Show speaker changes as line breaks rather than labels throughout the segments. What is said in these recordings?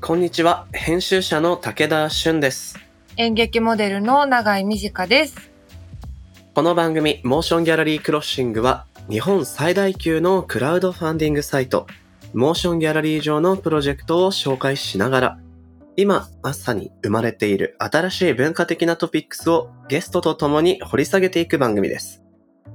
こんにちは。編集者の武田俊です。
演劇モデルの永井美智香です。
この番組、モーションギャラリークロッシングは、日本最大級のクラウドファンディングサイト、モーションギャラリー上のプロジェクトを紹介しながら、今、まさに生まれている新しい文化的なトピックスをゲストと共に掘り下げていく番組です。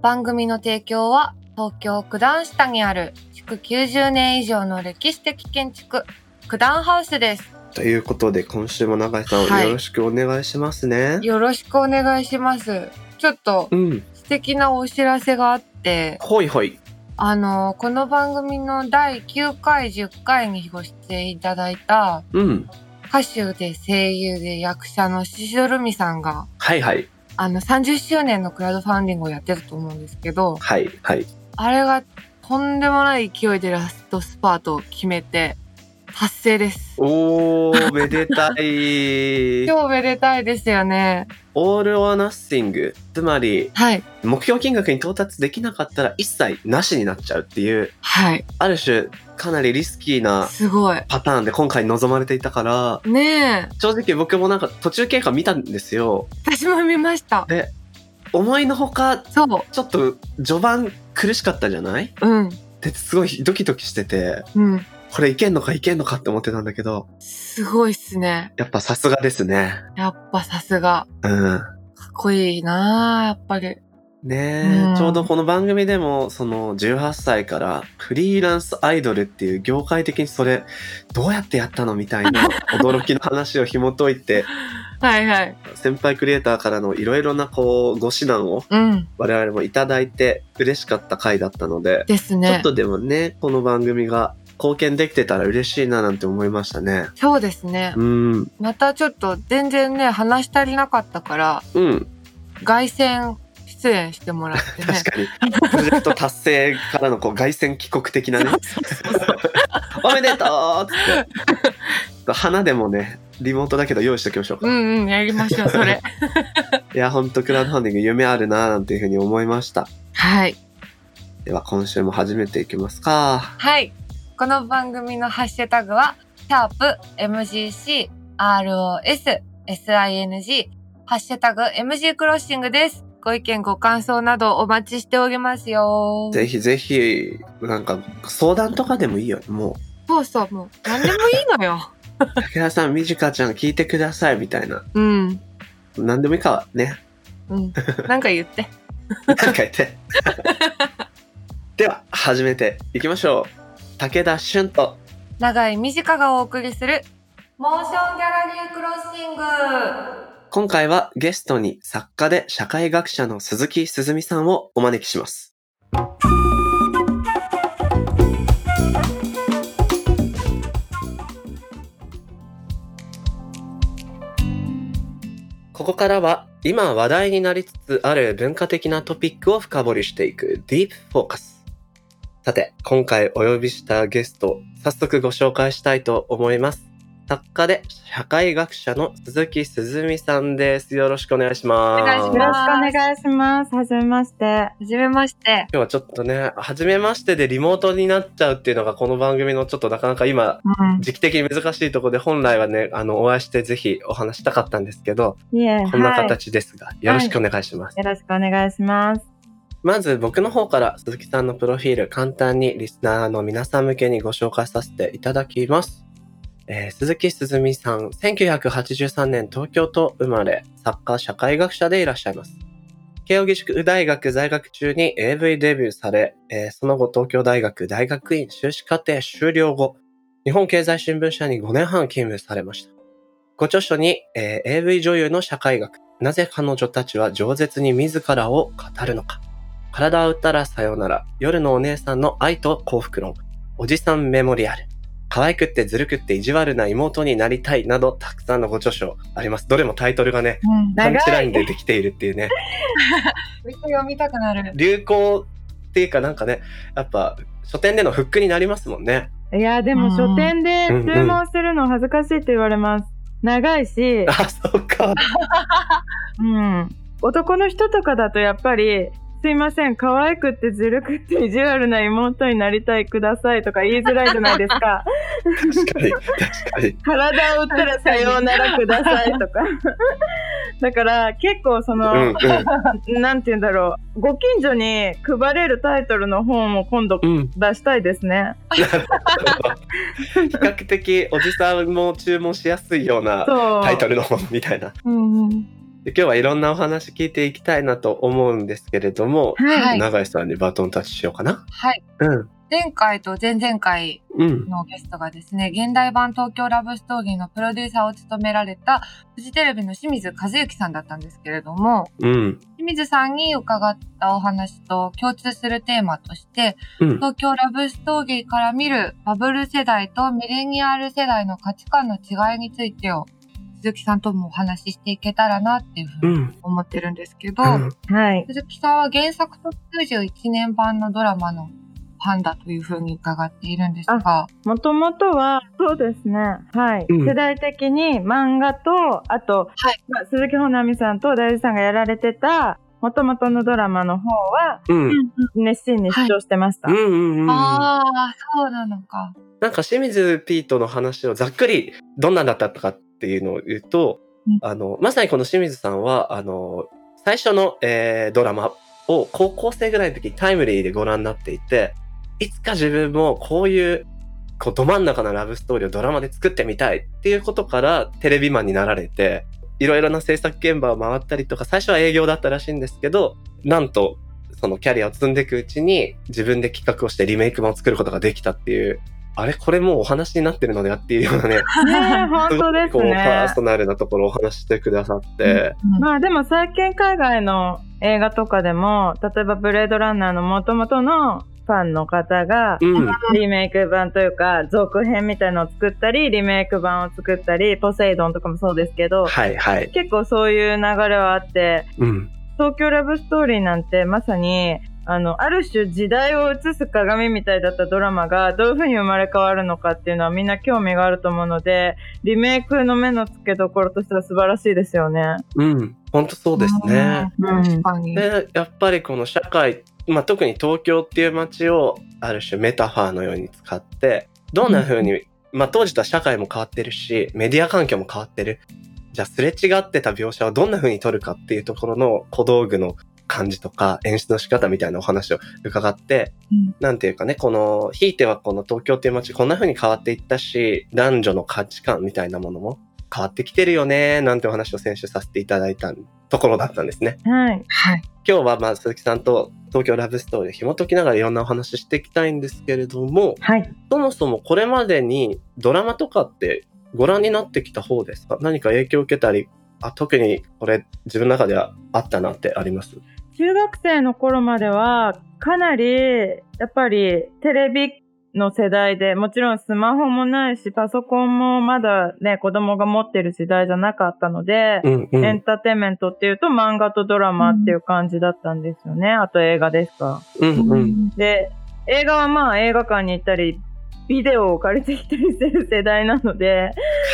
番組の提供は東京九段下にある築90年以上の歴史的建築九段ハウスです。
ということで、今週も永井さんを
はい
よろしくお願いしますね。
よろしくお願いします。ちょっと
うん。
素敵なお知らせがあって、
ほいほい。
あの、この番組の第9回、10回にご出演いただいた
うん。
歌手で声優で役者のししどるみさんが、
はいはい。
あの30周年のクラウドファンディングをやってたと思うんですけど、
はい はい。
あれがとんでもない勢いでラストスパートを決めて達成です。
おー、めで たい。
今日めでたいですよね。
オール・オア・ナッシング。つまり、
はい。
目標金額に到達できなかったら一切なしになっちゃうっていう、
はい。
ある種、かなりリスキーな
すごい。
パターンで今回臨まれていたから、
ねえ。
正直僕もなんか途中経過見たんですよ。
私も見ました。
思いのほか、
そう。
ちょっと序盤苦しかったじゃない
うん。
ですごいドキドキしてて、
うん。
これいけんのかいけんのかって思ってたんだけど、
すごいっすね。
やっぱさすがですね。
やっぱさすが。
うん。
かっこいいなあやっぱり。
ねえ、
うん
ちょうどこの番組でもその18歳からフリーランスアイドルっていう業界的にそれどうやってやったのみたい な驚きの話を紐解いて
はいはい。
先輩クリエイターからのいろいろなこうご指南を
うん。
我々もいただいて嬉しかった回だったので、
です
ちょっ
ね。
とでもねこの番組が貢献できてたら嬉しいななんて思いましたね。
そうですね。
うん、
またちょっと全然ね、話し足りなかったから、
うん、
凱旋出演してもらってね。
確かに。プロジェクト達成からのこう凱旋帰国的なね。おめでとうっつって。花でもね、リモートだけど用意しておきましょうか。
う
い
んうん、やりましょう、それ。
や、ほんとクラウドファンディング夢あるなーなんていうふうに思いました。
はい。
では、今週も始めていきますか。
はい。この番組のハッシュタグは、シャープ MGC、ROS、SING、ハッシュタグ MG クロッシングです。ご意見、ご感想などお待ちしておりますよ。
ぜひぜひ、なんか、相談とかでもいいよ。も
そうそう、もう、何でもいいのよ。
う、武田さん、みじかちゃん聞いてください、みたいな。
うん。
なんでもいいかはね、
うん。なんか言って。
なんか言って。では、始めていきましょう。武田俊と、
長井美かがお送りする、モーションギャラリークロッシング。
今回はゲストに作家で社会学者の鈴木すずみさんをお招きします。ここからは今話題になりつつある文化的なトピックを深掘りしていくディープフォーカス。さて、今回お呼びしたゲスト、早速ご紹介したいと思います。作家で社会学者の鈴木すずみさんです。よろしくお願いします。
お願いします
よろしくお願いします。はじめまして。
はじめまして。
今日はちょっとね、初めましてでリモートになっちゃうっていうのがこの番組のちょっとなかなか今、
うん。
時期的に難しいところで本来はね、あの、お会いしてぜひお話したかったんですけど、
いえ、
こんな
はい。
形ですが、よろしくお願いします。
よろしくお願いします。
まず僕の方から鈴木さんのプロフィール簡単にリスナーの皆さん向けにご紹介させていただきます。えー鈴木すずみさん、1983年東京都生まれ、作家、社会学者でいらっしゃいます。慶應義塾大学在学中に AV デビューされ、えーその後東京大学大学院修士課程修了後、日本経済新聞社に5年半勤務されました。ご著書に、えー AV 女優の社会学、なぜ彼女たちは饒舌に自らを語るのか、体を打ったらさようなら、夜のお姉さんの愛と幸福論、おじさんメモリアル、可愛くってずるくって意地悪な妹になりたいなど、たくさんのご著書あります。どれもタイトルがね、
うん。
パンチラインで
い。
できているっていうね、
めっちゃ読みたくなる。
流行っていうかなんかね、やっぱ書店でのフックになりますもんね。
いや、で
うん
も書店で
うんうん
注文するの恥ずかしいって言われます。長い し、
あ、そうか。
うん。男の人とかだとやっぱり、すいません、可 愛くってずるくって意地悪な妹になりたいくださいとか言いづらいじゃないですか。
確かに、確かに。
体を打ったらさようならくださいと か。だから結構その、なんて言うんだろう、ご近所に配れるタイトルの本を今度
うん、うん。
出したいですね。
比較的おじさんも注文しやすいような
そう。
タイトルの本みたいな。
うんうん。
で今日はいろんなお話聞いていきたいなと思うんですけれども、
はい。
永井さんにバトンタッチしようかな。
はい。
うん。
前回と前々回
うん。
のゲストがですね、現代版東京ラブストーリーのプロデューサーを務められた、フジテレビの清水和之さんだったんですけれども、
うん。
清水さんに伺ったお話と共通するテーマとして、
うん。
東京ラブストーリーから見るバブル世代とミレニアル世代の価値観の違いについてを、鈴木さんともお話ししていけたらなっていうふ
う
うに
ん。
思ってるんですけど、
うん。
はい。
鈴木さんは原作と91年版のドラマのファンだというふうに伺っているんですが、
もともとは、そうですね。はい。
うん
世代的に漫画と、あと、
はい
まあ、鈴木保奈美さんと大地さんがやられてた、もともとのドラマの方は、
うん。うん。
熱心に視聴してました。
うんうんうん。な
ああ、そうなの か。
んか清水ピートの話をざっくりどんなんだったかっていうのを言うと
うん、
あの、まさにこの清水さんは、あの、最初の、えードラマを高校生ぐらいの時にタイムリーでご覧になっていて、いつか自分もこういう、こう、ど真ん中のラブストーリーをドラマで作ってみたいっていうことからテレビマンになられて、いろいろな制作現場を回ったりとか、最初は営業だったらしいんですけど、なんと、そのキャリアを積んでいくうちに自分で企画をしてリメイク版を作ることができたっていう、あれこれもうお話になってるのではっていうようなね、
ねえ 本
すご
当
く
です
こう パー
ね。
ソナルなところをお話ししてくださって、
うん
まあでも最近海外の映画とかでも、例えばブレードランナーのもともとのファンの方が、
うん、
リメイク版というか、続編みたいのを作ったり、リメイク版を作ったり、ポセイドンとかもそうですけど、
はいはい、
結構そういう流れはあって、
うん、
東京ラブストーリーなんてまさに、あの、ある種時代を映す鏡みたいだったドラマがどういう風に生まれ変わるのかっていうのはみんな興味があると思うので、リメイクの目の付けどころとしては素晴らしいですよね。
うん、本当そうですね。。
うん
確かに。
でやっぱりこの社会、まあ、特に東京っていう街をある種メタファーのように使ってどんな風に、まあ、当時とは社会も変わってるしメディア環境も変わってるじゃあすれ違ってた描写をどんな風に撮るかっていうところの小道具の感じとか演出の仕方みたいなお話を伺って、
うん
なんていうかねこのひいてはこの東京っていう街こんな風に変わっていったし男女の価値観みたいなものも変わってきてるよねなんてお話を先週させていただいたところだったんですね。
はい。
はい。
今日はまあ鈴木さんと東京ラブストーリーを紐解きながらいろんなお話ししていきたいんですけれども、
はい。
そもそもこれまでにドラマとかってご覧になってきた方ですか何か影響を受けたり、あ特にこれ自分の中ではあったなってあります
中学生の頃までは、かなり、やっぱりテレビの世代で、もちろんスマホもないし、パソコンもまだね、子供が持ってる時代じゃなかったので、
うんう
エ
ん
ン。ターテインメントっていうと漫画とドラマっていう感じだったんですよね。あと映画ですか。
うんうん。
で、映画はまあ映画館に行ったり、ビデオを借りてきたりする世代なので、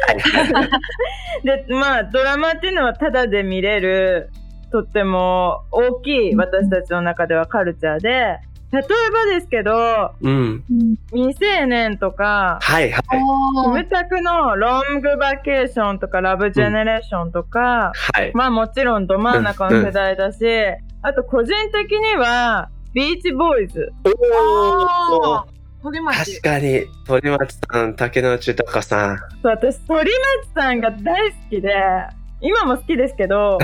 はいはい
で、まあドラマっていうのはタダで見れる、とっても大きい私たちの中ではカルチャーで、例えばですけど、
うん。
未成年とか、
はいはい。
お
キ
ー
ムタクのロングバケーションとかラブジェネレーションとか、
はい。
まあもちろんど真ん中の世代だし、あと個人的には、ビーチボーイズ。
お
あ
ー
ー堀
確
町。
かに、鳥松さん、竹野内豊さん。
そう私、鳥松さんが大好きで、今も好きです けど、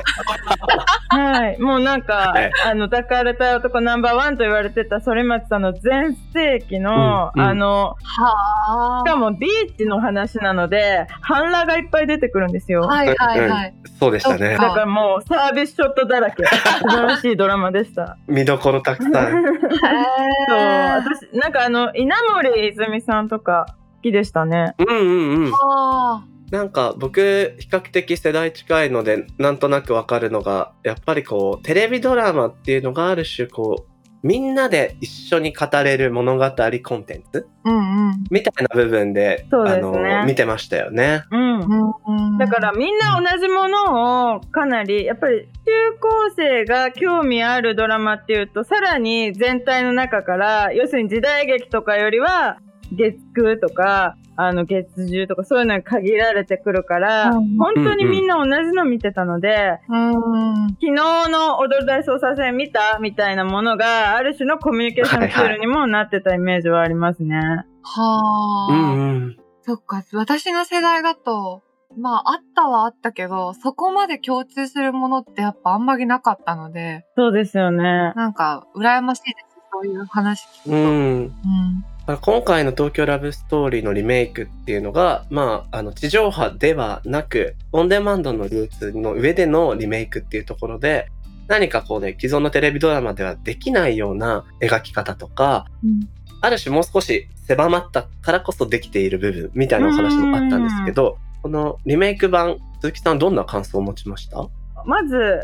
はい、もうなんか、
はい
あの、抱かれたい男ナンバーワンと言われてた反町さんの全盛期の、
うんうん
あの、
は
しかもビーチの話なので、半裸がいっぱい出てくるんですよ。
あ。はいはいはい。
そうでしたね
そ
だ
っ。
からもうサービスショットだら け。素晴らしいドラマでした。
見どころたくさん。
そう、
へー
私、なんかあの、稲森泉さんとか好きでしたね。
うんうんうん。
あ
なんか僕比較的世代近いのでなんとなくわかるのがやっぱりこうテレビドラマっていうのがある種こうみんなで一緒に語れる物語コンテンツ
ーうんうん
みたいな部分で
そうですね
あの見てましたよね。
うん。
うんうん。
だからみんな同じものをかなりやっぱり中高生が興味あるドラマっていうとさらに全体の中から要するに時代劇とかよりは月9とかあの、月10とかそういうのに限られてくるから、
うん
本当にみんな同じの見てたので、
うん。
昨日の踊る大捜査線見たみたいなものが、ある種のコミュニケーションツールにもなってたイメージはありますね。
は
う
あ。
んうん。
そっか、私の世代だと、まあ、あったはあったけど、そこまで共通するものってやっぱあんまりなかったので、
そうですよね。
なんか、羨ましいです。そういう話聞くと。
うん。
うん。
だから今回の東京ラブストーリーのリメイクっていうのが、まあ、あの、地上波ではなく、オンデマンドの流通の上でのリメイクっていうところで、何かこうね、既存のテレビドラマではできないような描き方とか、
うん
ある種もう少し狭まったからこそできている部分みたいなお話もあったんですけど、このリメイク版、鈴木さんどんな感想を持ちました
まず、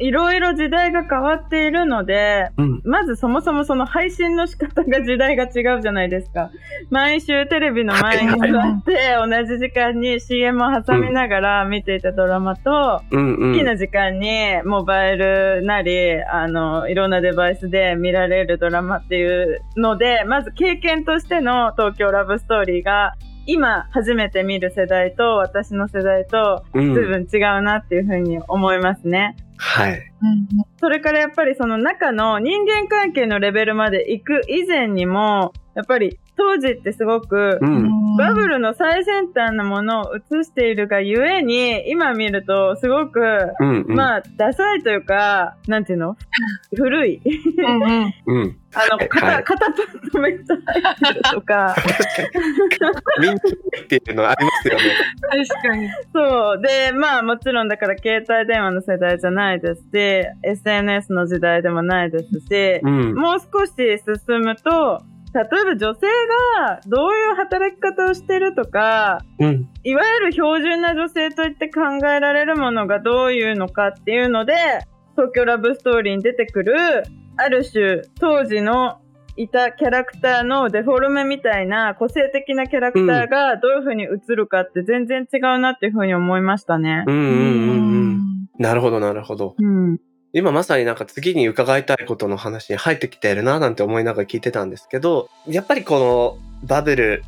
いろいろ時代が変わっているので、
うん。
まずそもそもその配信の仕方が時代が違うじゃないですか。毎週テレビの前に座って同じ時間に CM を挟みながら見ていたドラマと、
うんうん。
好きな時間にモバイルなり、あの、いろんなデバイスで見られるドラマっていうので、まず経験としての東京ラブストーリーが、今初めて見る世代と私の世代と
う
随
ん。
分違うなっていうふうに思いますね。
はい。
うん。
それからやっぱりその中の人間関係のレベルまで行く以前にも、やっぱり当時ってすごく
う、ん。
うん
バブルの最先端なものを映しているがゆえに、今見るとすごく、
うん、うん。
まあ、ダサいというか、なんてい うの古い。
うんうん。
うん。
あの、
は
肩、
い
肩パッドめっちゃ入ってるとか。
人気っていうのありますよね。
確かに。
そう。で、まあもちろんだから携帯電話の世代じゃないですし、SNS の時代でもないですし、
うん。
もう少し進むと、例えば女性がどういう働き方をしてるとか、
うん。
いわゆる標準な女性といって考えられるものがどういうのかっていうので、東京ラブストーリーに出てくる、ある種当時のいたキャラクターのデフォルメみたいな個性的なキャラクターがどういう風に映るかって全然違うなっていう風に思いましたね
う。ん
う
うんうんうん。なるほど、なるほど。
うん。
今まさになんか次に伺いたいことの話に入ってきてるななんて思いながら聞いてたんですけど、やっぱりこのバブル、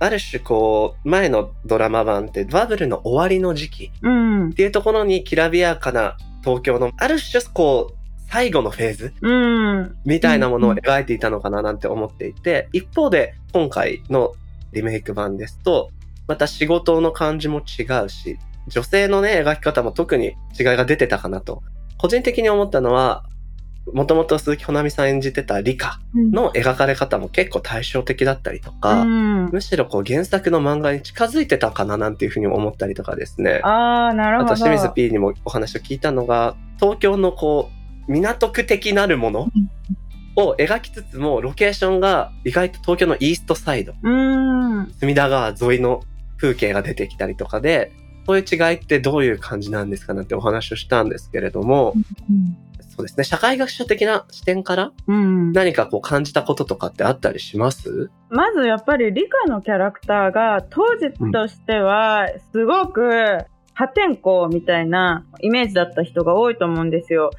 ある種こう、前のドラマ版ってバブルの終わりの時期っ
うん。
ていうところにきらびやかな東京の、ある種こう、最後のフェーズ
うん。
みたいなものを描いていたのかななんて思っていて、一方で今回のリメイク版ですと、また仕事の感じも違うし、女性のね、描き方も特に違いが出てたかなと。個人的に思ったのは、もともと鈴木ほなみさん演じてたリカ
うん
の描かれ方も結構対照的だったりと
う
か、
ん、
むしろこう原作の漫画に近づいてたかななんていうふうに思ったりとかですね。
ああ、なる
あ
ほど。
と清水 P にもお話を聞いたのが東京のこう港区的なるもの
うん
を描きつつもロケーションが意外と東京のイーストサイド
うん。
隅田川沿いの風景が出てきたりとかでそういう違いってどういう感じなんですかなってお話をしたんですけれども
うん
そうですね社会学者的な視点から
うん。
何かこう感じたこととかってあったりします
まずやっぱり理科のキャラクターが当時としてはすごく破天荒みたいなイメージだった人が多いと思うんですよ。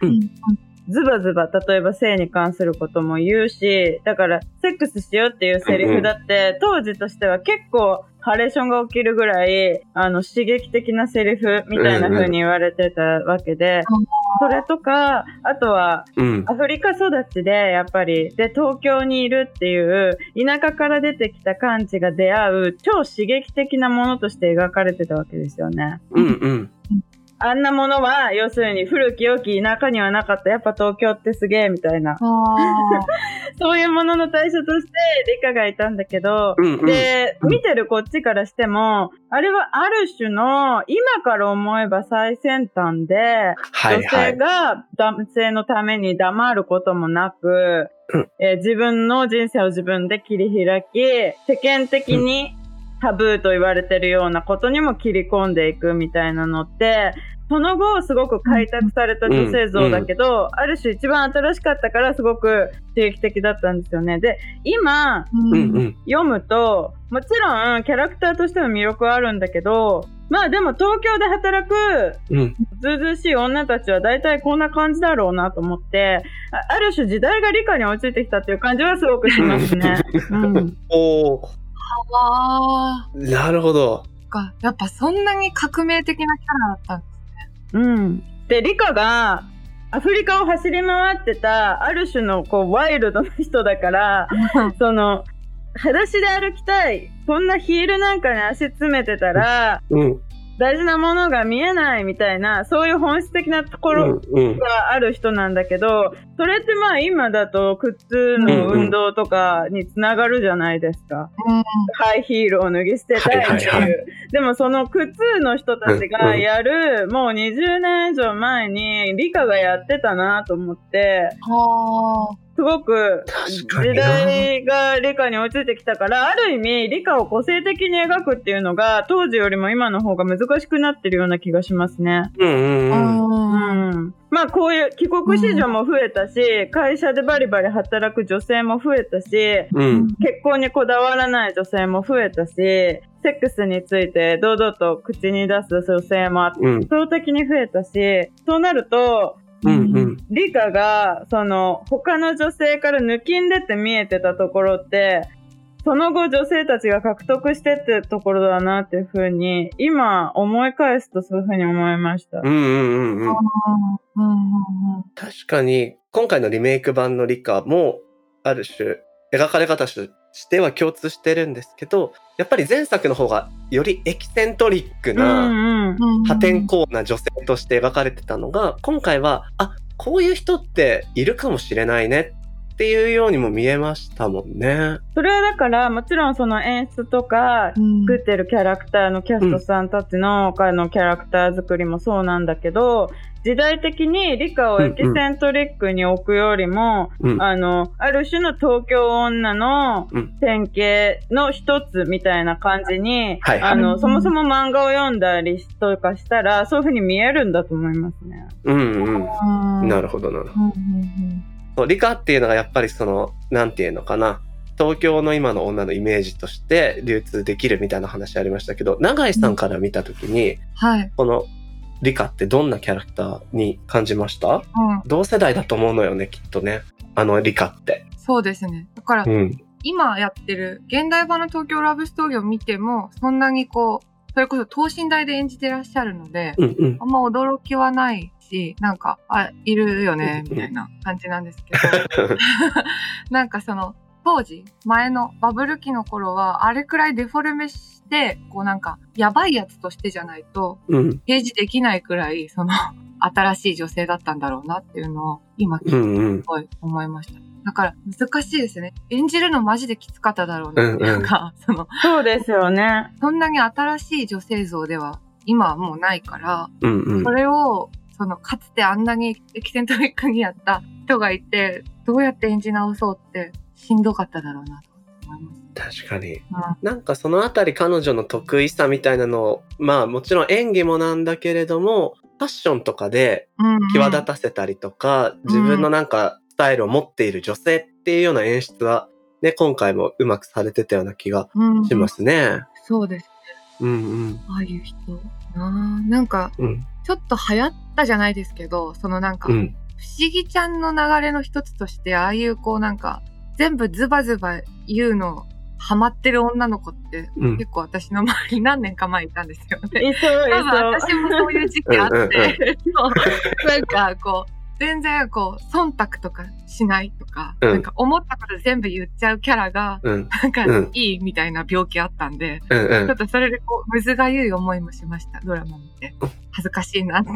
ズバズバ例えば性に関することも言うしだからセックスしようっていうセリフだって当時としては結構ハレーションが起きるぐらいあの刺激的なセリフみたいな風に言われてたわけで
うん
それとかあとは
うん。
アフリカ育ちでやっぱりで東京にいるっていう田舎から出てきた感知が出会う超刺激的なものとして描かれてたわけですよね。
うんうん。
あんなものは要するに古き良き田舎にはなかったやっぱ東京ってすげえみたいな
あ
そういうものの対象として理科がいたんだけど
うんうん。
で、
うん
見てるこっちからしても、あれはある種の、今から思えば最先端で、
はい
女
は
性
い。
が男性のために黙ることもなく、
うん
えー自分の人生を自分で切り開き、世間的にタブーと言われてるようなことにも切り込んでいくみたいなのって、その後すごく開拓された女性像だけど、ある種一番新しかったからすごく刺激的だったんですよね。で、今、
ーうん
う
うん
うんん。
読むともちろんキャラクターとしての魅力はあるんだけどまあでも東京で働く
うん。
ずうずうしい女たちは大体こんな感じだろうなと思ってあある種時代が理科に追いついてきたっていう感じはすごくしますね。うん
おー。
あ
なるほど。
ーかやっぱそんなに革命的なキャラだったんで
うん、でリカがアフリカを走り回ってたある種のこうワイルドな人だから
す
その裸足で歩きたいそんなヒールなんかに足詰めてたら
うん。
大事なものが見えないみたいなそういう本質的なところ
うんうん。
がある人なんだけどそれってまあ今だと靴の運動とかにつながるじゃないですか、
うん
ハイヒールを脱ぎ捨てたいっていう、
はいはいは
でもその靴の人たちがやる、もう20年以上前に理科がやってたなと思って
は
すごく
確かに
時
な
代が理科に追いついてきたからある意味理科を個性的に描くっていうのが当時よりも今の方が難しくなってるような気がしますね。
うんうん
あ
うん。
うん
うんまあこういう帰国子女も増えたし、会社でバリバリ働く女性も増えたし結
うん。
婚にこだわらない女性も増えたしセックスについて堂々と口に出す女性も圧
うん。
倒的に増えたしそうなると
うんうん。
理科がその他の女性から抜きんでって見えてたところってその後女性たちが獲得してってところだなっていうふうに今思い返すとそういうふうに思いました。
うんうんうんうん。
うんうんうん
確かに、今回のリメイク版の理科も、ある種、描かれ方としては共通してるんですけど、やっぱり前作の方がよりエキセントリック
う
な、
んうん
うん
破天荒な女性として描かれてたのが、今回は、あ、こういう人っているかもしれないねっていうようにも見えましたもんね。
それはだからもちろんその演出とか
うん
作ってるキャラクターのキャストさんたちの彼のキャラクター作りもそうなんだけど時代的に理科をエキセントリックに置くよりも、
うん。
あのある種の東京女の
うん
典型の一つみたいな感じに、
はい
あ
う
の
ん
そもそも漫画を読んだりとかしたらそういう風に見えるんだと思いますね。
うん
う
うんん。なるほどなるほど。
うんうん
そう理科っていうのがやっぱりそのなんていうのかな東京の今の女のイメージとして流通できるみたいな話ありましたけど永井さんから見た時に、
うんはい、
この理科ってどんなキャラクターに感じました
うん、
同世代だと思うのよねきっとねあの理科って。
そうですねだから
うん、
今やってる現代版の東京ラブストーリーを見てもそんなにこうそれこそ等身大で演じてらっしゃるので
うんうん
あんま驚きはないしなんかあいるよね
うん
みたいな感じなんですけど なんかその当時前のバブル期の頃はあれくらいデフォルメしてこうなんかやばいやつとしてじゃないと
うん
提示できないくらいその 新しい女性だったんだろうなっていうのを今聞いて
うんうん
すごい思いました。だから難しいですね。演じるのマジできつかっただろうなっていうか、 その、
そうですよね。
そんなに新しい女性像では今はもうないから、
うんうん
それを、その、かつてあんなにエキセントリックにやった人がいて、どうやって演じ直そうってしんどかっただろうなと思います。
確かになんかそのあたり彼女の得意さみたいなのをまあもちろん演技もなんだけれどもファッションとかで
うんうん
際立たせたりとか、自分のなんかスタイルを持っている女性っていうような演出は、ね、今回もうまくされてたような気が
うん
しますね。
そうです。
うんうん
ああいう人。なあなんか、
うん
ちょっと流行ったじゃないですけど、そのなんか、
うん
不思議ちゃんの流れの一つとして、ああいうこうなんか、全部ズバズバ言うの、ハマってる女の子って、
うん
結構私の周り何年か前いたんですよね。
いそうい
多分
そう。
私もそういう時期あっ
うんうん
て、そうなんかこう、全然こう、忖度とかしないとか、
うん
なんか思ったこと全部言っちゃうキャラが、
うん
なんか
うん
いいみたいな病気あったんで、
うんう
ちょ
ん
っ、とそれでこう、むずがゆい思いもしました、ドラマ見て。恥ずかしいなって。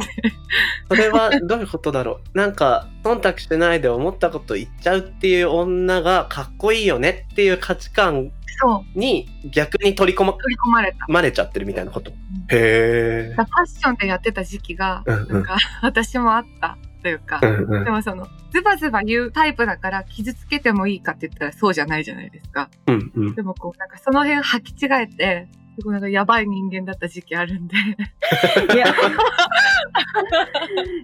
それはどういうことだろう なんか忖度してないで思ったこと言っちゃうっていう女がかっこいいよねっていう価値観
そう、
に逆に取り込ま
取り込まれた。
まれちゃってるみたいなこと。へえ
フ。ァッションでやってた時期が、
うんうん
なんか 私もあったというか、
うんうん
でもその、ズバズバ言うタイプだから傷つけてもいいかって言ったらそうじゃないじゃないですか。
うんうん
でもこう、なんかその辺履き違えて、すごいなんかやばい人間だった時期あるんで。
いや、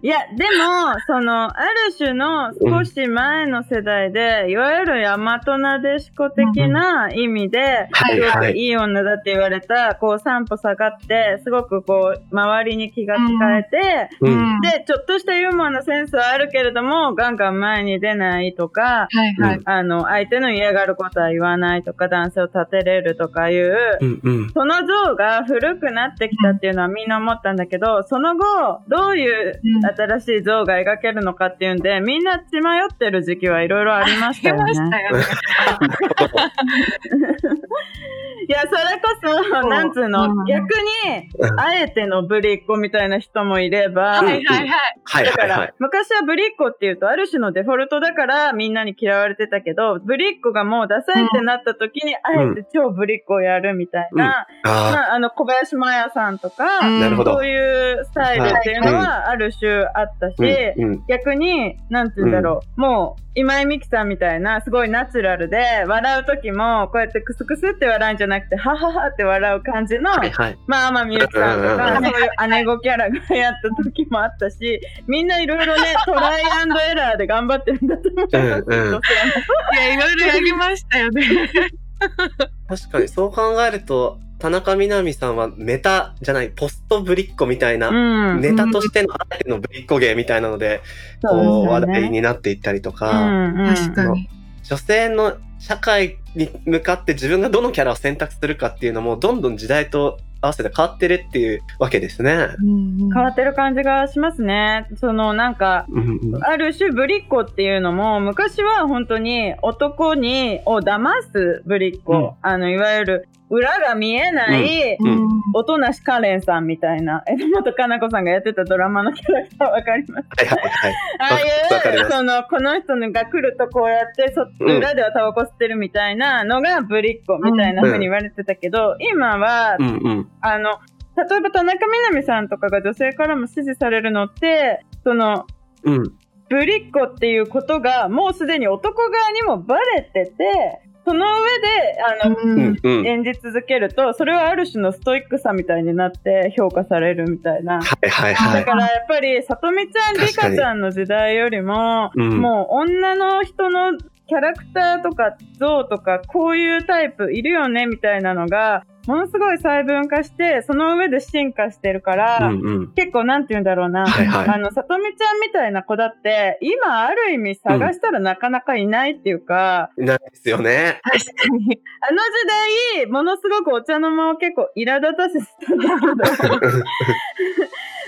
いや、でも、その、ある種の少し前の世代で、いわゆる大和なでしこ的な意味で、
はい
すご
は
く
い。
いい女だって言われた、こう、三歩下がって、すごくこう、周りに気が使えて、
うん。うん
で、
で、ちょっとしたユーモアのセンスはあるけれども、ガンガン前に出ないとか、
はいはい。
あの、相手の嫌がることは言わないとか、男性を立てれるとかいう、
うん。
その像が古くなってきたっていうのはみんな思ったんだけど、その後、どういう
うん
新しい像が描けるのかっていうんで、みんな血迷ってる時期はいろいろありましたよ
ありまし
ね。
たよね。
いや、それこそ、
そう
なんつう
う
の、
ん
逆に、あえてのぶりっ子みたいな人もいれば、
はいはいはい。
はい
だか
はい
ら、
はい。
昔はブリッコっていうとある種のデフォルトだからみんなに嫌われてたけどブリッコがもうダサいってなった時に、あえて超ブリッコをやるみたいな、
あ
まあ、あの小林麻也さんとか、
うん
なるほど
そういうスタイルっていうのはある種あったし、
あ。うん。うん。
逆に、なんて言うんだろう、もう、今井美樹さんみたいな、すごいナチュラルで、笑う時も、こうやってクスクスって笑うんじゃなくて、はははって笑う感じの、
はいはい。
まあ、天海祐希さんとか、
うん
うんうん
そういう姉子キャラがやった時もあったし、みんないろいろ ね、トライアンドエラーで頑張ってるんだと思うんですけど
うんうん
いや、いろいろやりましたよね。
確かにそう考えると田中みな実さんはメタじゃないポストぶりっ子みたいな、
うん。
ネタとしてのあえてのぶりっ子芸みたいなので、こう
そう
話
ですよ
題
ね。
になっていったりと
う
か、
んうん、
確かに。
女性の社会に向かって自分がどのキャラを選択するかっていうのもどんどん時代と合わせて変わってるっていうわけですね。
変
変わってる感じがしますね。そのなんか、
うんうん
ある種ぶりっ子っていうのも昔は本当に男にを騙すぶりっ子、
うん
あのいわゆる裏が見えない、
うん
おとなしカレンさんみたいな 榎本かな子さんがやってたドラマのキャラクターわかりま
は
す
いはいはい。
ああ
わかり
い
ま
う
す
そのこの人が来るとこうやってそ
うん
裏ではタバコ吸ってるみたいなのがぶりっ子みたいな風に言われてたけど、今は
うんうん。
あの、例えば田中みな実さんとかが女性からも支持されるのって、その、
うん。
ぶりっ子っていうことがもうすでに男側にもバレててその上であの、
う
うん
んうん。
演じ続けるとそれはある種のストイックさみたいになって評価されるみたいな。
はいはいは
だ
い。
からやっぱりさとみちゃんり
確か
か
に
ちゃんの時代よりも、
うん
もう女の人のキャラクターとか像とかこういうタイプいるよねみたいなのがものすごい細分化してその上で進化してるから、
うんうん。
結構なんて言うんだろうな、
はいはい
あのさとみちゃんみたいな子だって今ある意味探したらなかなかいないっていうか、
なんですよね。
確かに。
あの時代ものすごくお茶の間を結構苛立たせてたんだけど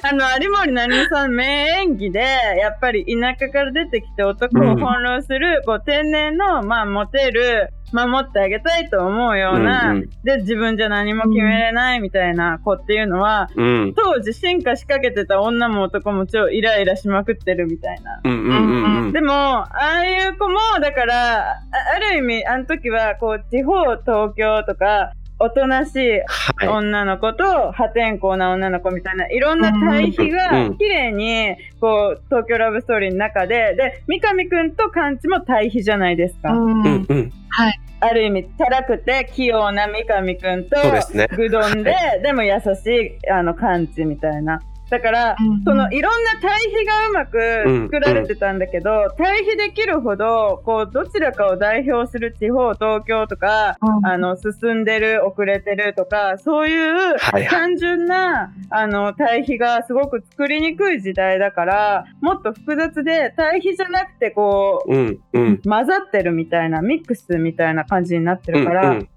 あの有森成美さん名演技でやっぱり田舎から出てきて男を翻弄する、こう天然のまあモテる守ってあげたいと思うような、
うん
で自分じゃ何も決めれないみたいな子っていうのは
うん。うん
当時進化しかけてた女も男も超イライラしまくってるみたいな。
うんうんうんうん。
でも、ああいう子も、だから、あある意味、あの時は、こう、地方、東京とか、おとなしい
は
女の子と、破天荒な女の子みたいな、いろんな対比
うんう
が
ん、
綺麗に、こう、東京ラブストーリーの中で、で、三上くんとカンチも対比じゃないですか。
い。うんうん。
ある意味、チャラくて、器用な三上くんと、
そうです ね。
ぐどんで、でも優しい、あの、感じみたいな。だから、その、いろんな対比がうまく作られてたんだけど、対比できるほど、こう、どちらかを代表する地方、東京とか、あの、進んでる、遅れてるとか、そういう、
はいはい。
単純な、あの、対比がすごく作りにくい時代だから、もっと複雑で、対比じゃなくて、こう、
うんうん。
混ざってるみたいな、ミックスみたいな感じになってるから、
うんうん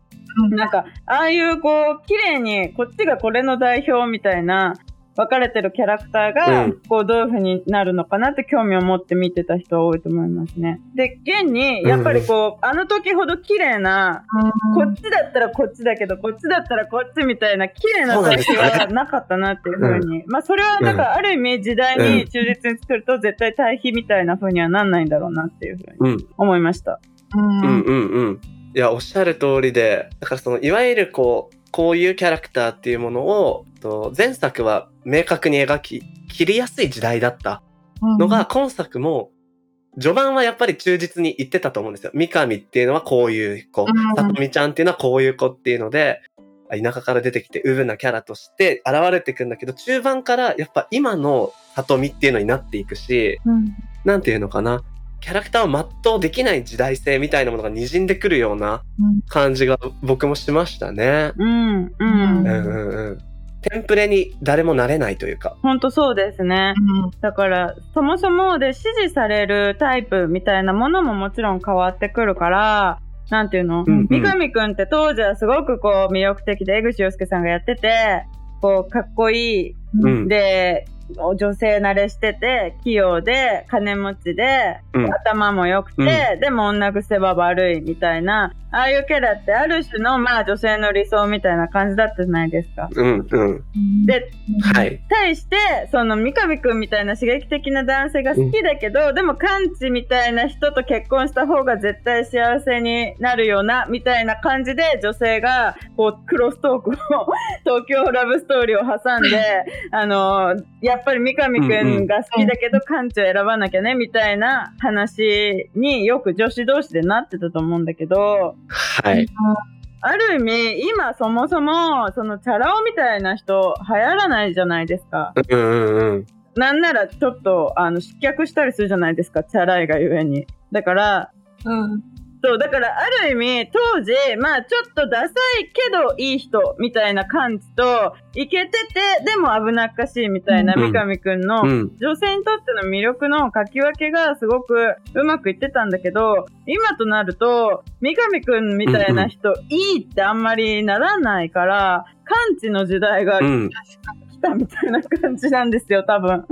なんか、ああいうこう、綺麗に、こっちがこれの代表みたいな、分かれてるキャラクターが、
うん
こう、どういう風になるのかなって興味を持って見てた人は多いと思いますね。で、現に、やっぱりこう、あの時ほど綺麗な、こっちだったらこっちだけど、こっちだったらこっちみたいな、綺麗な
そうなんで
対
す
比
よね
がなかったなっていう風に。まあ、それは、なんか、ある意味、時代に忠実に作ると、絶対対比みたいな風にはなんないんだろうなっていう風に
うん
思いました。
うんうんうん。いや、おっしゃる通りで、だからその、いわゆるこう、こういうキャラクターっていうものを、と前作は明確に描き、切りやすい時代だったのが、、今作も、序盤はやっぱり忠実に言ってたと思うんですよ。三上っていうのはこういう子
うん、
さとみちゃんっていうのはこういう子っていうので、田舎から出てきてウブなキャラとして現れてくんだけど、中盤からやっぱ今の里見っていうのになっていくし、
うん
なんていうのかな、キャラクターを全うできない時代性みたいなものが滲んでくるような
うん
感じが僕もしましたね。
うんう
うん
ん
うんうん。テンプレに誰もなれないというか。
本当そうですねだからそもそもで支持されるタイプみたいなものももちろん変わってくるからなんていうの、
うんうん
三上くんって当時はすごくこう魅力的で江口洋介さんがやっててこうかっこいい、
うん
で女性慣れしてて器用で金持ちで、
うん
頭も良くて、
う
でも女癖は悪いみたいなああいうキャラってある種のまあ女性の理想みたいな感じだったじゃないですか。
うんうん。
で
はい。
対してその三上くんみたいな刺激的な男性が好きだけど、でもカンチみたいな人と結婚した方が絶対幸せになるよなみたいな感じで女性がこうクロストークを東京ラブストーリーを挟んであのやっぱり三上くんが好きだけど、カンチを選ばなきゃねみたいな話によく女子同士でなってたと思うんだけど。
はい。
ある意味今そもそもそのチャラ男みたいな人流行らないじゃないですか
うんうんうん。
なんならちょっとあの失脚したりするじゃないですかチャラいがゆえにだから
うん。
そうだからある意味当時まあちょっとダサいけどいい人みたいな感じとイケててでも危なっかしいみたいな
うん
三上くんの
うん。
女性にとっての魅力の書き分けがすごくうまくいってたんだけど今となると三上くんみたいな人、いいってあんまりならないから完治の時代が
うん。
来たみたいな感じなんですよ多 分。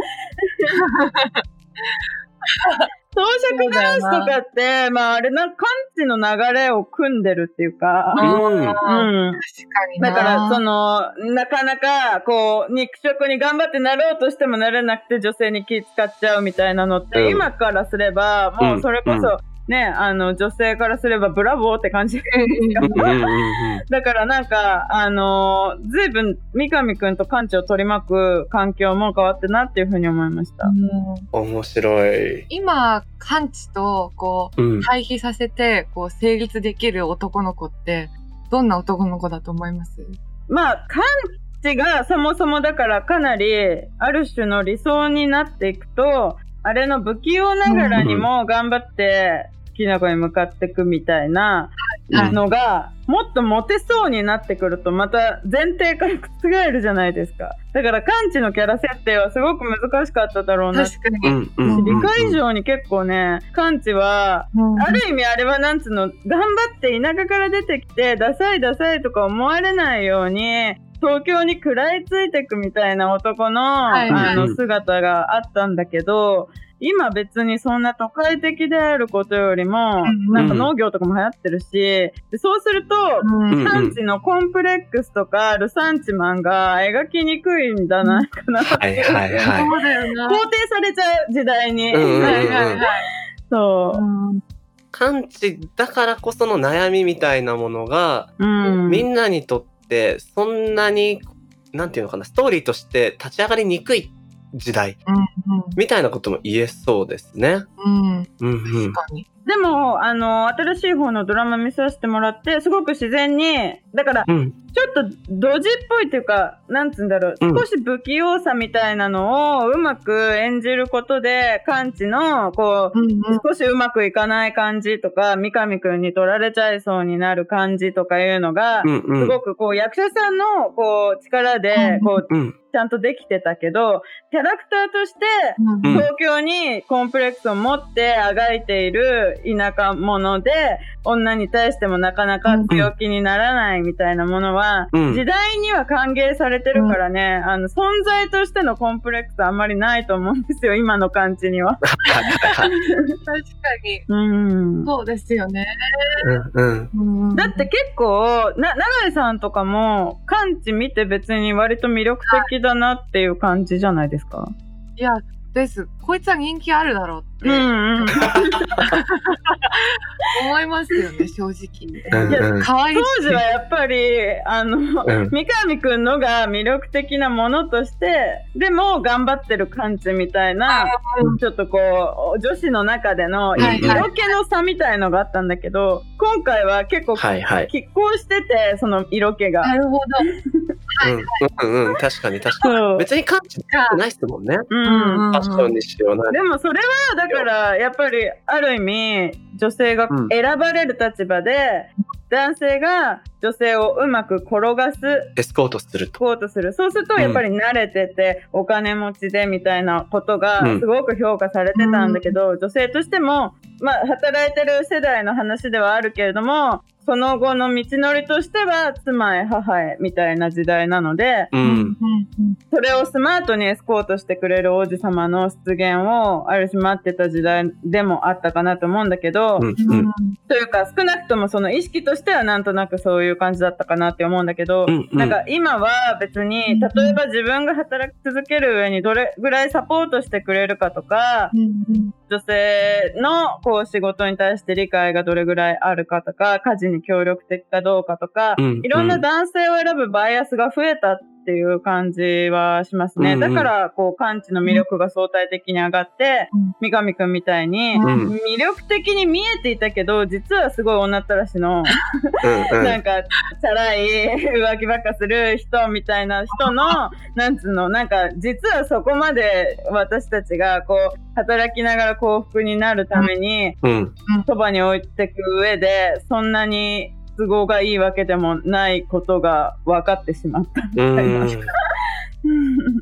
装飾男子とかって、まああれな、完治の流れを組んでるっていうか、
うん。
うん。
確かにな。
だから、その、なかなか、こう、肉食に頑張ってなろうとしてもなれなくて女性に気使っちゃうみたいなのって、
うん
今からすれば、もうそれこそ、
うんう
ね、あの、女性からすればブラボーって感じ。
うんうんうんうん。
だからなんか、あのー、ずいぶん三上くんと感知を取り巻く環境も変わってなっていうふうに思いました。
うん
面白い。
今、完治と、こう、
うん。
対比させて、こう、成立できる男の子って、どんな男の子だと思います
まあ、感知がそもそもだからかなりある種の理想になっていくと、あれの不器用ながらにも頑張って好きな子に向かっていくみたいな
うん
のが、もっとモテそうになってくると、また前提から覆るじゃないですか。だから感知のキャラ設定はすごく難しかっただろうな。
確か
う
に。
んうんうん。
理解以上に結構ね、感知はある意味あれはなんつうの頑張って田舎から出てきてダサいダサいとか思われないように東京に食らいついてくみたいな男の,、
はいはい
あの姿があったんだけど今別にそんな都会的であることよりも、
うん
なんか農業とかも流行ってるしでそうすると、
うん
うん
産地のコンプレックスとかル産地マンが描きにくいんだなか な、
はいはいはい。
そうだよな。
肯定されちゃう時代に、
うんうんうん
はいはいはいそうう、
ん
感知だからこその悩みみたいなものが、
うん、
みんなにとってそんなになんていうのかなストーリーとして立ち上がりにくい時代みたいなことも言えそうですね。
うん。うん。
うんうん
確。かに。
でも、あの、新しい方のドラマ見させてもらって、すごく自然に、だから、
うん
ちょっとドジっぽいっていうか、なんつうんだろう、
うん
少し不器用さみたいなのをうまく演じることで、感知の、こう、
うんうん。
少しうまくいかない感じとか、三上くんに取られちゃいそうになる感じとかいうのが、
うんう
す
ん
ごくこう役者さんのこう力で
うん
こう
うん
ちゃんとできてたけどキャラクターとして
うん
うん
東京にコンプレックスを持ってあがいている田舎者で女に対してもなかなか強気にならないみたいなもの
う
は、
ん
時代には歓迎されてるからね、あの存在としてのコンプレックスあんまりないと思うんですよ 今の感じには。
はいはいはい
確かに。
うん
そうですよね。
うんうん
だって結構な永井さんとかも感知見て別に割と魅力的だなっていう感じじゃないですか。
いや、です。こいつは人気あるだろうって
うんうん。
思いますよね、正直。
うんうん
可愛いし。
当時はやっぱり、あの、
うん
三上くんのが魅力的なものとして、でも頑張ってる感じみたいな、
うん
ちょっとこう、女子の中での
はい
はい
色気の差みたいのがあったんだけど、今回は結構、
はいはい。
拮抗してて、その色気が。
なるほど。
うんうんうん、確かに確か
そう
に。。別に感じてないですもんね。
う。
うん
ファッションにしような。
でもそれはだからやっぱりある意味女性が
うん
選ばれる立場で、男性が女性をうまく転がす
エスコートすると。
こうとするそうすると
うん
やっぱり慣れてて、お金持ちでみたいなことが
うん
すごく評価されてたんだけど、女性としても、まあ、働いてる世代の話ではあるけれどもその後の道のりとしては妻へ母へみたいな時代なので
う。
うんうん
それをスマートにエスコートしてくれる王子様の出現をある種待ってた時代でもあったかなと思うんだけど、
うん
う
うんん。
というか少なくともその意識としてはなんとなくそういう感じだったかなって思うんだけど、
うんうん
なんか今は別に
うん
例えば自分が働き続ける上にどれぐらいサポートしてくれるかとか
うん
女性のこう仕事に対して理解がどれぐらいあるかとか家事に協力的かどうかとか
うん
いろんな男性を選ぶバイアスが増えたっていう感じはしますね、
うんうん
だからこう感知の魅力が相対的に上がって、
うん
三上くんみたいに。
うんうん
魅力的に見えていたけど実はすごい女ったらし
う
の
ん
なんか、チャラい、浮気ばっかする人みたいな 人の、なんつうの、なんか、実はそこまで私たちが、こう、働きながら幸福になるために、
うん。
そばに置いていく上で、そんなに都合がいいわけでもないことが分かってしまった。
うん。うん。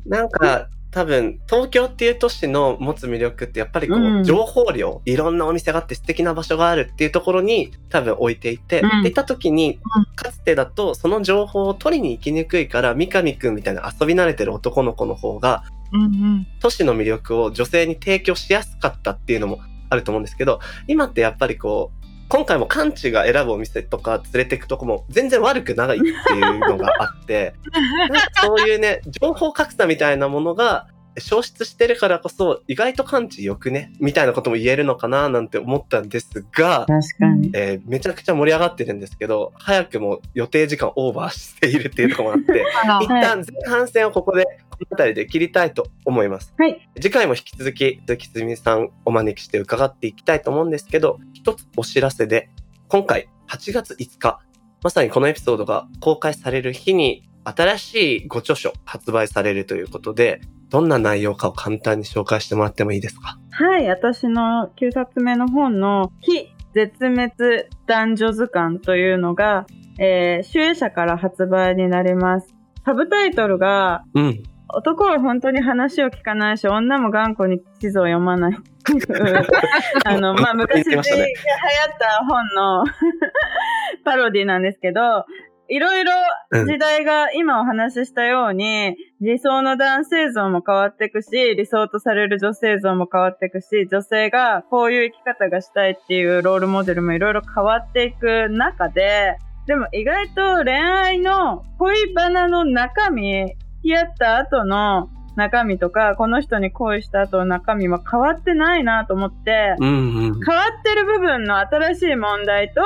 なんか多分東京っていう都市の持つ魅力ってやっぱりこう、
うん
情報量いろんなお店があって素敵な場所があるっていうところに多分置いていて、
うん
っていった時に
う
かつてだとその情報を取りに行きにくいから三上くんみたいな遊び慣れてる男の子の方が
うん
都市の魅力を女性に提供しやすかったっていうのもあると思うんですけど今ってやっぱりこう今回もカ知が選ぶお店とか連れてくとこも全然悪くないっていうのがあって。なんかそういうね、情報格差みたいなものが消失してるからこそ、意外と感知よくね、みたいなことも言えるのかななんて思ったんですが、
確
かに。
えーめちゃくちゃ盛り上がってるんですけど、早くも予定時間オーバーしているっていうところもあって、
あら
一旦前半戦をここで、この辺りで切りたいと思います。
はい
次回も引き続き、鈴木すみさんお招きして伺っていきたいと思うんですけど、一つお知らせで、今回8月5日、まさにこのエピソードが公開される日に、新しいご著書発売されるということで、どんな内容かを簡単に紹介してもらってもいいですか
はい、私の9冊目の本の非絶滅男女図鑑というのが、えー、集英社から発売になります。サブタイトルが、
うん。
男は本当に話を聞かないし、女も頑固に地図を読 まない。あの、まあ、
言
昔
って
が流行
ま
っ
したね
た本の パロディなんですけど、いろいろ
うん
時代が今お話ししたように、理想の男性像も変わっていくし、理想とされる女性像も変わっていくし、女性がこういう生き方がしたいっていうロールモデルもいろいろ変わっていく中で、でも意外と恋愛の恋バナの中身、付き合った後の中身とか、この人に恋した後の中身は変わってないなと思って、
うんうん。
変わってる部分の新しい問題と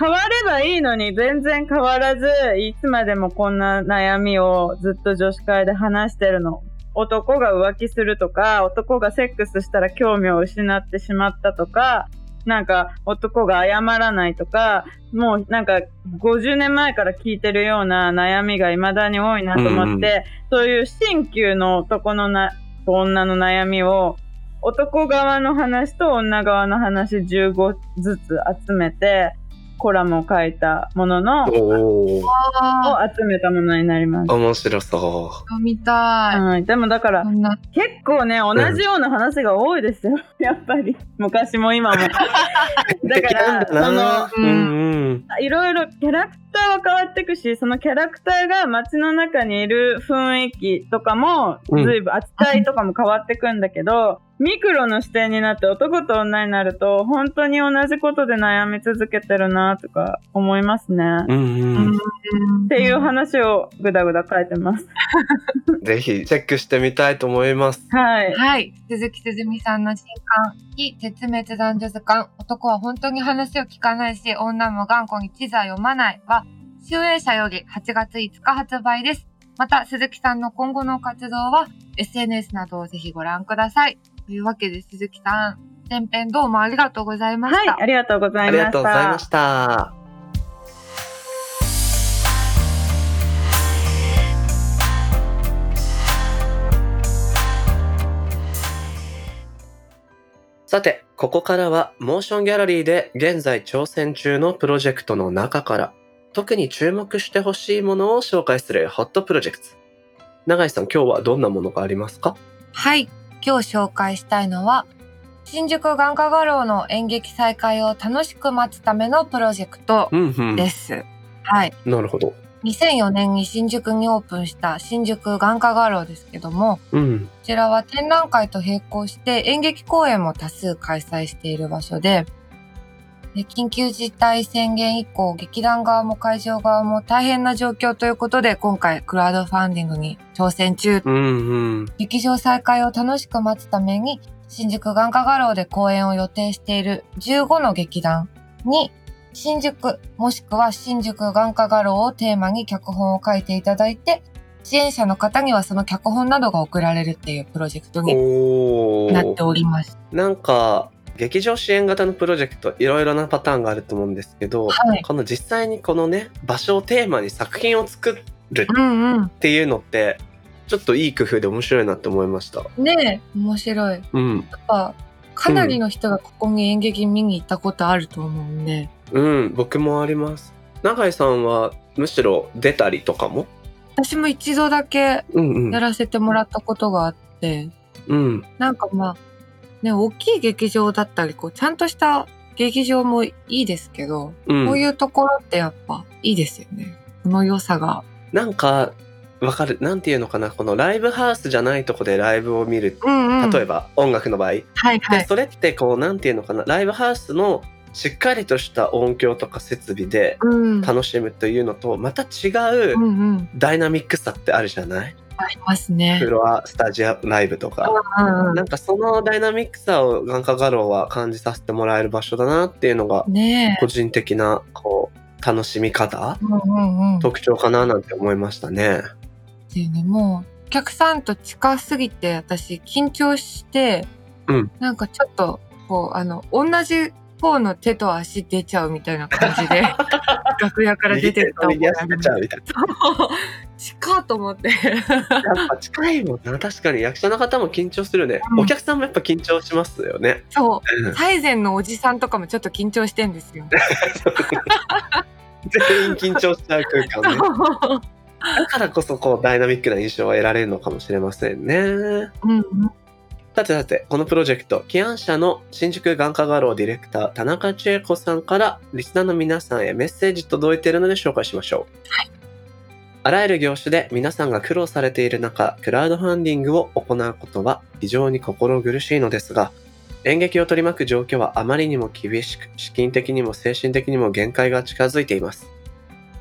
変わればいいのに全然変わらずいつまでもこんな悩みをずっと女子会で話してるの男が浮気するとか男がセックスしたら興味を失ってしまったとかなんか男が謝らないとかもうなんか50年前から聞いてるような悩みが未だに多いなと思って、そういう新旧の男のなと女の悩みを男側の話と女側の話15ずつ集めてコラムを書いたもののを
おー
あー
集めたものになります。
面白そ
読みた
はい、でもだか
い。
ら
そんな
結構ね同じような話が多いですよ、やっぱり昔も今もだ
う。
から
素敵なんだな
その
うんうん。
いろいろキャラクターは変わってくし、そのキャラクターが街の中にいる雰囲気とかも、
うん
随分、扱いとかも変わってくんだけど、ミクロの視点になって男と女になると、本当に同じことで悩み続けてるなとか思いますね。っ
うんうん
ていう話をぐだぐだ書いてます。
ぜひチェックしてみたいと思います。
はい。
はい。鈴木すずみさんの新刊、非絶滅男女図鑑、男は本当に話を聞かないし、女も頑固に地図は読まないは、集英社より8月5日発売です。また、鈴木さんの今後の活動は、SNS などをぜひご覧ください。というわけで、鈴木さん、前編どうもありがとうございま
は
し
い、
た。
ありがとうござ
あ
いま
り
した。
がとうございました。さて、ここからは、モーションギャラリーで現在挑戦中のプロジェクトの中から、特に注目してほしいものを紹介するホットプロジェクト。永井さん、今日はどんなものがありますか
はい。今日紹介したいのは、新宿眼科画廊の演劇再開を楽しく待つためのプロジェクト
うんうん
です。はい。
なるほど。
2004年に新宿にオープンした新宿眼科画廊ですけども、こ
うん。
ちらは展覧会と並行して演劇公演も多数開催している場所で、で緊急事態宣言以降、劇団側も会場側も大変な状況ということで、今回クラウドファンディングに挑戦中
うんうん。
劇場再開を楽しく待つために、新宿眼科画廊で公演を予定している15の劇団に、新宿もしくは新宿眼科画廊をテーマに脚本を書いていただいて、支援者の方にはその脚本などが送られるっていうプロジェクトに
おー
なっております。
なんか劇場支援型のプロジェクトいろいろなパターンがあると思うんですけど、
はい
この実際にこのね場所をテーマに作品を作る
うんうん
っ。ていうのってちょっといい工夫で面白いなって思いました。
ねえ、面白い。やっ
うん、
ぱ、かなりの人がここに演劇見に行ったことあると思うんで、
うん、僕もあります。永井さんはむしろ出たりとかも、
私も一度だけ
うんうん
やらせてもらったことがあって、
うん、
なんかまあ、ね、大きい劇場だったり、こう、ちゃんとした劇場もいいですけど、
うん、
こういうところってやっぱいいですよね。この良さが。
なんかわかるなんていうのかなこのライブハウスじゃないとこでライブを見る
うん
例え
ば。
ば音楽の場合、
はいは
で
い。
それってこうなんていうのかなライブハウスのしっかりとした音響とか設備で
うん。
楽しむというのとまた違う
う
ん
うん。
ダイナミックさってあるじゃない
ありますね
フ。ロアスタジアムライブとか
うん
なんかそのダイナミックさを眼科画廊は感じさせてもらえる場所だなっていうのが
うん。ねえ
個。人的なこう楽しみ方
うんうんうん。っ
特徴かななんて思いましたね。
ていうね、もう、お客さんと近すぎて、私、緊張して、
うん
なんかちょっと、こう、あの、同じ方の手と足出ちゃうみたいな感 じで、楽屋から出てった
右手と
あ
右足出
りま
ち
す
ゃうみたい
近っと思って。
な。やっぱ近いもんな。確かに役者の方も緊張するね。
うん
お客さんもやっぱ緊張しますよね。
そう。
うん
最前のおじさんとかもちょっと緊張してん ですよ。
全員緊張しちゃう空間ね。
う
だからこそこうダイナミックな印象を得られるのかもしれませんね。
ん。
さてさて、このプロジェクト、起案者の新宿眼科画廊ディレクター、田中千恵子さんから、リスナーの皆さんへメッセージ届いているので紹介しましょう。あらゆる業種で皆さんが苦労されている中、クラウドファンディングを行うことは非常に心苦しいのですが、演劇を取り巻く状況はあまりにも厳しく、資金的にも精神的にも限界が近づいています。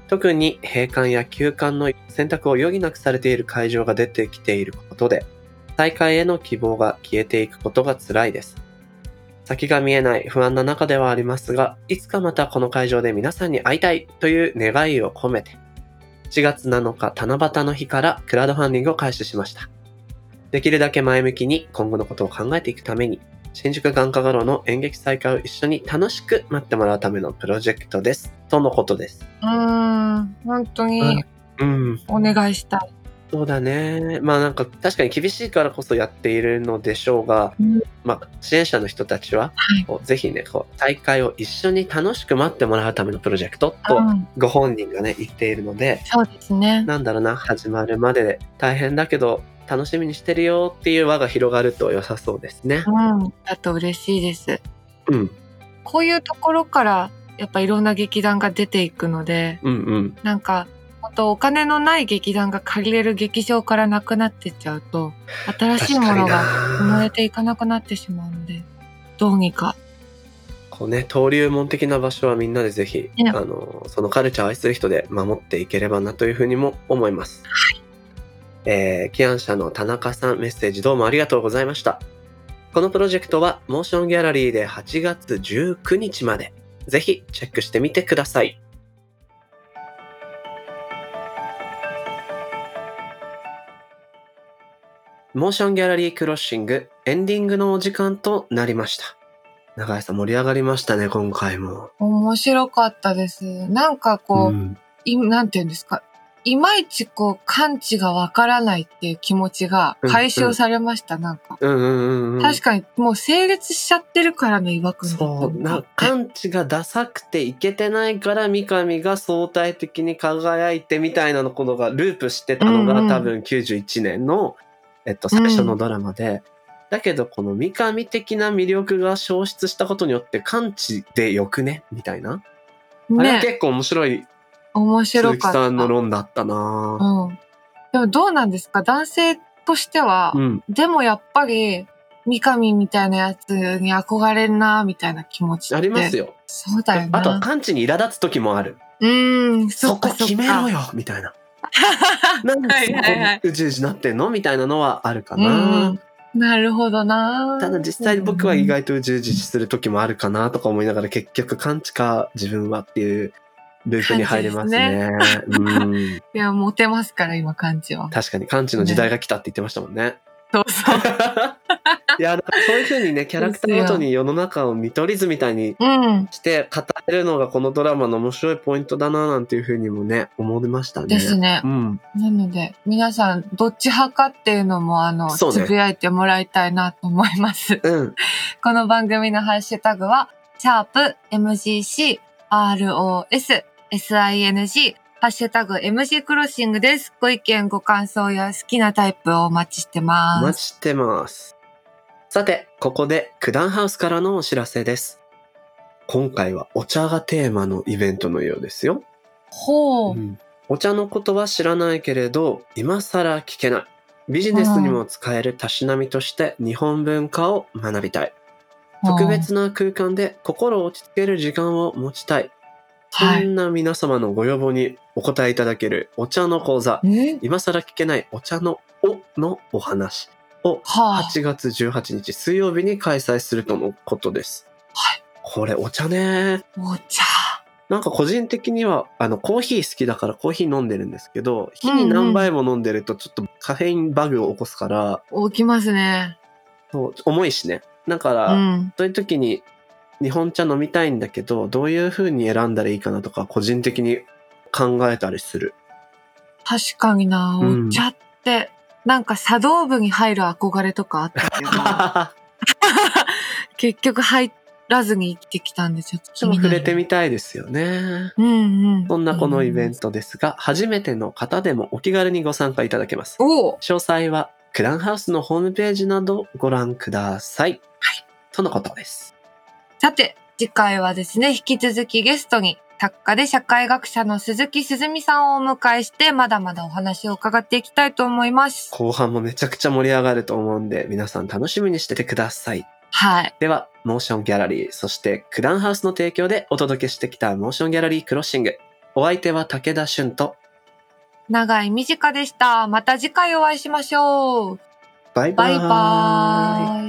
特に閉館や休館の選択を余儀なくされている会場が出てきていることで、大会への希望が消えていくことが辛いです。先が見えない不安な中ではありますが、いつかまたこの会場で皆さんに会いたいという願いを込めて、4月7日七夕の日からクラウドファンディングを開始しました。できるだけ前向きに今後のことを考えていくために、新宿眼科画廊の演劇再開を一緒に楽しく待ってもらうためのプロジェクトです。とのことです。
うん。本当に
うん。
お願いしたい。
そうだね。まあなんか確かに厳しいからこそやっているのでしょうが、
うん
まあ支援者の人たちは、
はい
こうぜひね、こう大会を一緒に楽しく待ってもらうためのプロジェクトと
うん
ご本人がね、言っているので、
そうですね。
なんだろうな、始まるまでで大変だけど楽しみにしてるよっていう輪が広がると良さそうですね。
うん。だと嬉しいです。
うん。
こういうところからやっぱいろんな劇団が出ていくので、
うんうん。
なんか、本当お金のない劇団が借りれる劇場からなくなってっちゃうと、新しいものが生まれ
が。
ていかなくなってしまうので、どうにか。
こうね、登竜門的な場所はみんなでぜひ、
ね
あの、そのカルチャーを愛する人で守っていければなというふうにも思います。えー、起案者の田中さんメッセージどうもありがとうございました。このプロジェクトはモーションギャラリーで8月19日まで、ぜひチェックしてみてください。モーションギャラリークロッシングエンディングのお時間となりました。長井さん盛り上がりましたね、今回も。
面白かったです。なんかこう、
ん、
いなんて言うんですか。いまいちこう、感知がわからないっていう気持ちが解消されました、なんか。
うんうんうん。
確かに、もう整列しちゃってるからの違和感だと
そう、
思
な
っ、て。
感知がダサくていけてないから、三上が相対的に輝いてみたいなのことがループしてたの
うんう
が
ん
多分91年の、えっと、最初のドラマで、だけどこの三上的な魅力が消失したことによって感知でよくねみたいな。あれは
ね、
結構面白い
面白
鈴木
かった。
さんの論だったな
うん。でもどうなんですか男性としては、
うん。
でもやっぱり、三上みたいなやつに憧れんな、みたいな気持ちって。
ありますよ。
そうだよな。
あとは感知に苛立つ時もある。
うーん、そ
そ
っか
こ
そっか。
決めろよみたい な。なんでそこ
はいはいはい
宇宙人なってんのみたいなのはあるか
う
な。
んなるほどな。
ただ実際僕は意外と宇宙人する時もあるかなとか思いながら結局感知か自分はっていうループに入れますね。うん、
いや、モテますから、今、感じは。
確かに感知の時代が来たって言ってましたもんね。
そう そう。
いや、だからそういうふうにね、キャラクターごとに世の中を見取り図みたいに
うん。
して語れるのがこのドラマの面白いポイントだななんていうふうにもね、思いましたね。
ですね
う。ん。
なので、皆さん、どっち派かっていうのも、あの、
そうね
つぶやいてもらいたいなと思います。
うん。
この番組のハッシュタグは、シャープ MGC、ROS、SING、ハッシュタグ MG クロッシングです。ご意見、ご感想や好きなタイプをお待ちして
お
ま
待
す。
ちしてます。さて、ここで九段ハウスからのお知らせです。今回はお茶がテーマのイベントのようですよ。
ほう。
お茶のことは知らないけれど、今更聞けない。ビジネスにも使えるたしなみとして日本文化を学びたい。特別な空間で心を落ち着ける時間を持ちたい。そ
はい
んな皆様のご要望にお答えいただけるお茶の講座、
え
今更聞けないお茶のおのお話を
はあ。
8月18日水曜日に開催するとのことです。
はい
これお茶ね。
お茶。
なんか個人的には、あの、コーヒー好きだからコーヒー飲んでるんですけど、日に何杯も飲んでるとちょっとカフェインバグを起こすから、
起きますね。
そう重いしね。だか
う
ら、
ん。
そういう時に日本茶飲みたいんだけど、どういう風に選んだらいいかなとか、個人的に考えたりする。
確かにな、
うん
お茶って、なんか茶道部に入る憧れとかあ ったけど、結局入らずに生きてきたんで、ちょっと
ち
気
ょっと
にな
触
る
れてみたいですよね。
うんうん。
そんなこのイベン
ト。
トですが、初めての方でもお気軽にご参加いただけます。
おう
詳細は、クランハウスのホームページなどご覧ください。とのことです。
さて、次回はですね、引き続きゲストに、作家で社会学者の鈴木すずみさんをお迎えして、まだまだお話を伺っていきたいと思います。
後半もめちゃくちゃ盛り上がると思うんで、皆さん楽しみにしててください。
はい。
では、モーションギャラリー、そしてクランハウスの提供でお届けしてきたモーションギャラリークロッシング。お相手は武田俊と、
長い短でした。また次回お会いしましょう。
バイバ
バ
ー
イバーイ。